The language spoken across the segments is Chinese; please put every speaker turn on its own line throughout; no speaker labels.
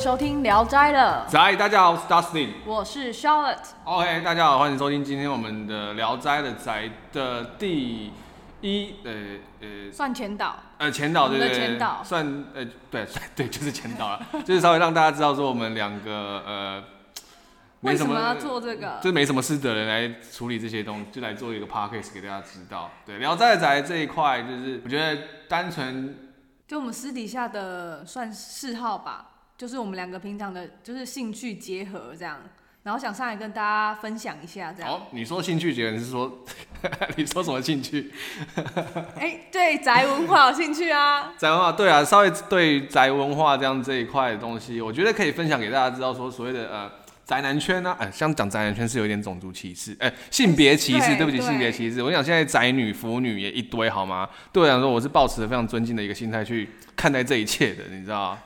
收听《聊斋》了，
嗨，大家好，我是 Dustin。
我是 Charlotte。
OK，大家好，欢迎收听今天我们的《聊斋》的宅的第一，呃呃
算前导，
呃，前导
我
对
们
对
的
对，
前导
算呃对 算对，就是前导了，就是稍微让大家知道说我们两个呃没
为什
什么
么要做这个？
就是没什么事的人来处理这些东西，就来做一个 podcast 给大家知道。对，《聊斋》宅这一块，就是我觉得单纯
就我们私底下的算嗜好吧，就是我们两个平常的，就是兴趣结合这样，然后想上来跟大家分享一下这样。
哦，你说兴趣节，你是说 你说什么兴趣？
哎、对宅文化有兴趣 啊？
宅文化，对啊，稍微对宅文化这样这一块的东西，我觉得可以分享给大家知道，说所谓的呃宅男圈呢、啊，哎、像讲宅男圈是有点种族歧视，哎、性别歧视，
对
对不起，
对
性别歧视。我想现在宅女、腐女也一堆，好吗？对我来说，我是抱持着非常尊敬的一个心态去看待这一切的，你知道吗？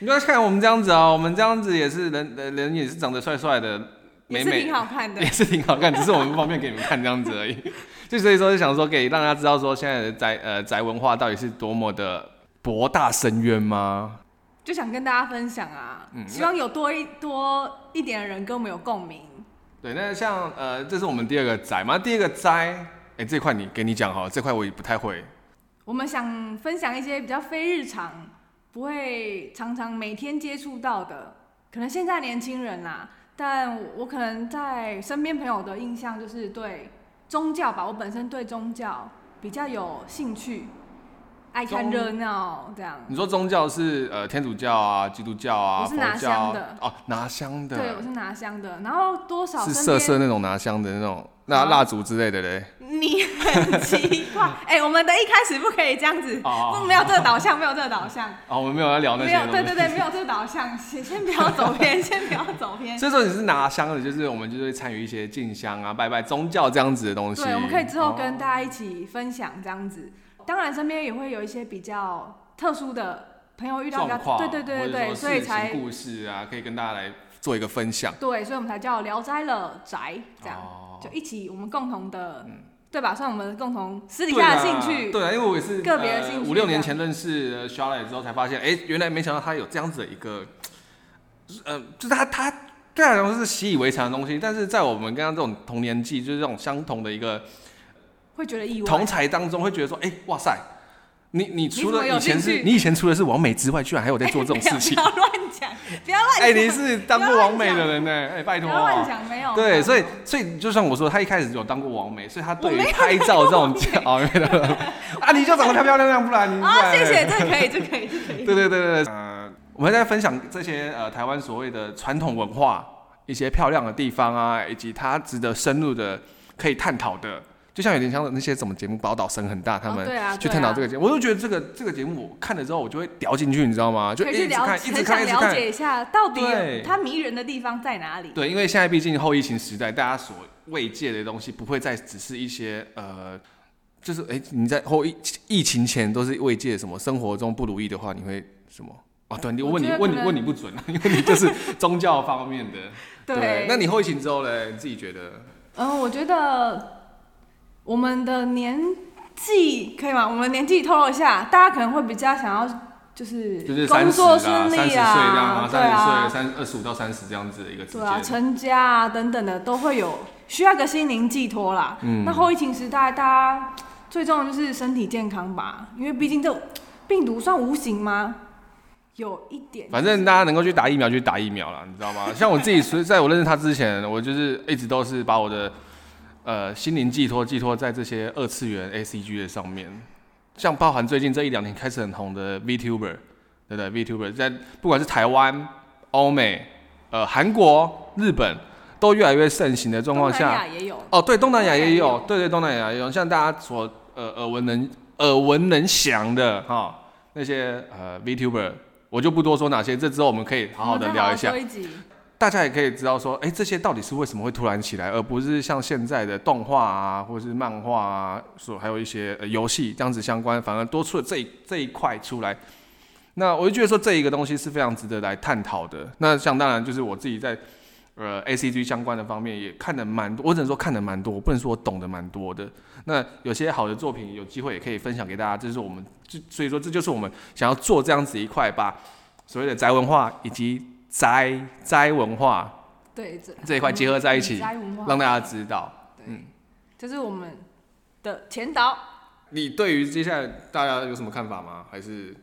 你不要看我们这样子啊、我们这样子也是人，呃人也是长得帅帅的，美
也是
美
挺好看的
也。是挺好看，只是我们不方便给你们看这样子而已。 就所以说，就想说给让大家知道说现在的宅呃宅文化到底是多么的博大深渊吗？
就想跟大家分享啊，
嗯
希望有多一多一点的人跟我们有共鸣。
对，那像呃，这是我们第二个宅嘛，第一个宅，哎、这块你给你讲哈，这块我也不太会。
我们想分享一些比较非日常、不会常常每天接触到的，可能现在年轻人啦、但我我可能在身边朋友的印象就是对宗教吧，我本身对宗教比较有兴趣，爱看
宗
热闹这样。
你说宗教是呃天主教啊、基督教啊、
我是
佛
拿
教啊
香的
哦，拿香的，
对，我是拿香的，然后多少
是
身
色
边
色那种拿香的那种，那
啊
蜡烛之类的嘞。
你很奇怪， 哎、我们的一开始不可以这样子，
哦
不没有这个导向，没有这个导向。
哦，我们没有要聊那
没
些东
有，
西。
对对对，没有这个导向，先先不要走偏， 先不要走偏。
所以说你是拿香的，就是我们就是会参与一些进香啊、拜拜、宗教这样子的东西。
对，我们可以之后跟
哦
大家一起分享这样子。当然，身边也会有一些比较特殊的朋友遇到比较，
状况，
对对对对
或者
对，
说
所以
事情
才
故事啊，可以跟大家来做一个分享。
对，所以我们才叫《聊斋》了宅，这样
哦
就一起我们共同的，对吧？算我们共同私底
对
下的
啊
兴趣，
对啊，因为我也是
个别的兴趣这
五六
样
年前认识呃 Charlotte 之后，才发现，哎、原来没想到他有这样子的一个，呃，就是他他对他来说是习以为常的东西，但是在我们跟他这种同年纪，就是这种相同的一个
会觉得意
同
外。
才当中，会觉得说，哎、哇塞。你你除
你怎么
了
有
以
兴
前是
趣
你以前除了是王美之外，居然还有在做这种事 情
哎不，要不要乱 讲，不要乱讲，
哎、你是当过王美的人呢、哎、拜
不
托、
要乱讲，没有。没
对，
有哦
所以所以就像我说，他一开始有当过王美，所以他对
我
于
没有
拍照这种 哦，没有没有没有啊，你就长得漂漂亮亮，不然你
啊，
不然
谢谢，这可以，这可以，这可以。
对对对对对，呃，我们在分享这些呃台湾所谓的传统文化一些漂亮的地方啊，以及它值得深入的可以探讨的，就像有点像那些什么节目《宝岛声很大》，他
哦
们
对啊
去
对
探讨
啊
这个节目，我就觉得这个这个节目我看了之后，我就会掉进去，你知道吗？就
可以去
一直
了
看，一
解，
直
很
看，
想
一直
了
看。
解一下到底
对
它迷人的地方在哪里。
对，因为现在毕竟后疫情时代，大家所慰藉的东西不会再只是一些呃，就是哎、你在后疫疫情前都是慰藉什么？生活中不如意的话，你会什么？啊，对，你
我
问你
觉得
问
可
你
能
问你不准啊，因为你就是宗教方面 的。
对，
那你后疫情之后嘞，你自己觉得？
嗯，我觉得我们的年纪可以吗？我们年纪透露一下，大家可能会比较想要就是
就是
工
三十
作
啊，
顺
三十岁
利
这样啊，
对
三十岁、
啊，
三二十五到三十这样子的一个之
对啊，
间。
成家啊等等的都会有需要一个心灵寄托啦。
嗯
那后疫情时代，大家最重要的就是身体健康吧，因为毕竟这病毒算无形吗？有一点，
反正大家能够去打疫苗，去打疫苗啦，你知道吗？像我自己，所以在我认识他之前，我就是一直都是把我的呃心灵寄托寄托在这些二次元 A C G 的上面，像包含最近这一两年开始很红的 VTuber，对不对？VTuber 在不管是台湾、欧美、呃韩国、日本，都越来越盛行的状况
东
下，
南亚也有，
哦，对，东南亚也
东南
有
亚，
对对，东南亚也有，像大家所呃耳闻能耳闻能详的哈、那些呃 VTuber，我就不多说哪些，哦这之后我们可以好好
我们
的
再
聊
好
一下
说，集
大家也可以知道说，哎、这些到底是为什么会突然起来，而不是像现在的动画啊，或者是漫画啊，所还有一些呃游戏这样子相关，反而多出了这一这一块出来。那我就觉得说这一个东西是非常值得来探讨的。那像当然就是我自己在呃 A C G 相关的方面也看的蛮多，我只能说看的蛮多，我不能说我懂得蛮多的。那有些好的作品有机会也可以分享给大家，这是我们，就所以说这就是我们想要做这样子一块把所谓的宅文化以及宅宅文化
对，这嗯
这一块结合在一起，
宅文化
让大家知道。
对
嗯，
这是我们的前导，
你对于接下来大家有什么看法吗？还是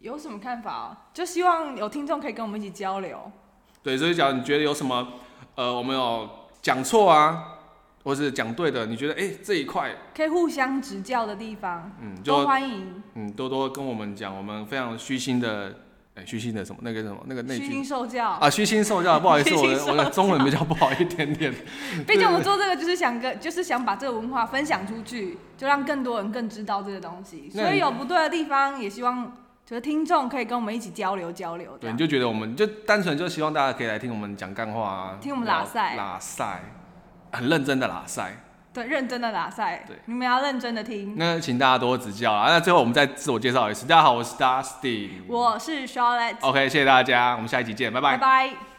有什么看法哦？就希望有听众可以跟我们一起交流。
对，所以讲你觉得有什么呃，我们有讲错啊，或是讲对的，你觉得哎、这一块
可以互相指教的地方，
嗯就
都欢迎。
嗯，多多跟我们讲，我们非常虚心的，哎、虚心的什么那个什么那个那
虚
句
心受教，
啊，虚心受教，不好意思，
虚
我
心
的我的中文比较不好一点点。
毕竟我们做这个就是想跟， 就是想把这个文化分享出去，就让更多人更知道这个东西。
那
所以有不对的地方，也希望就是听众可以跟我们一起交流交流。这
对，
样
你就觉得我们就单纯就希望大家可以来听我们讲干话啊，
听我们
聊
拉塞
拉塞，很认真的拉塞。
对，认真的打赛
对，嗯
你们要认真的听。
那请大家多指教啊。那最后我们再自我介绍一次，大家好，我是 Dustin。
我是 Charlotte，
OK，谢谢大家，我们下一集见，拜
拜。
拜
拜。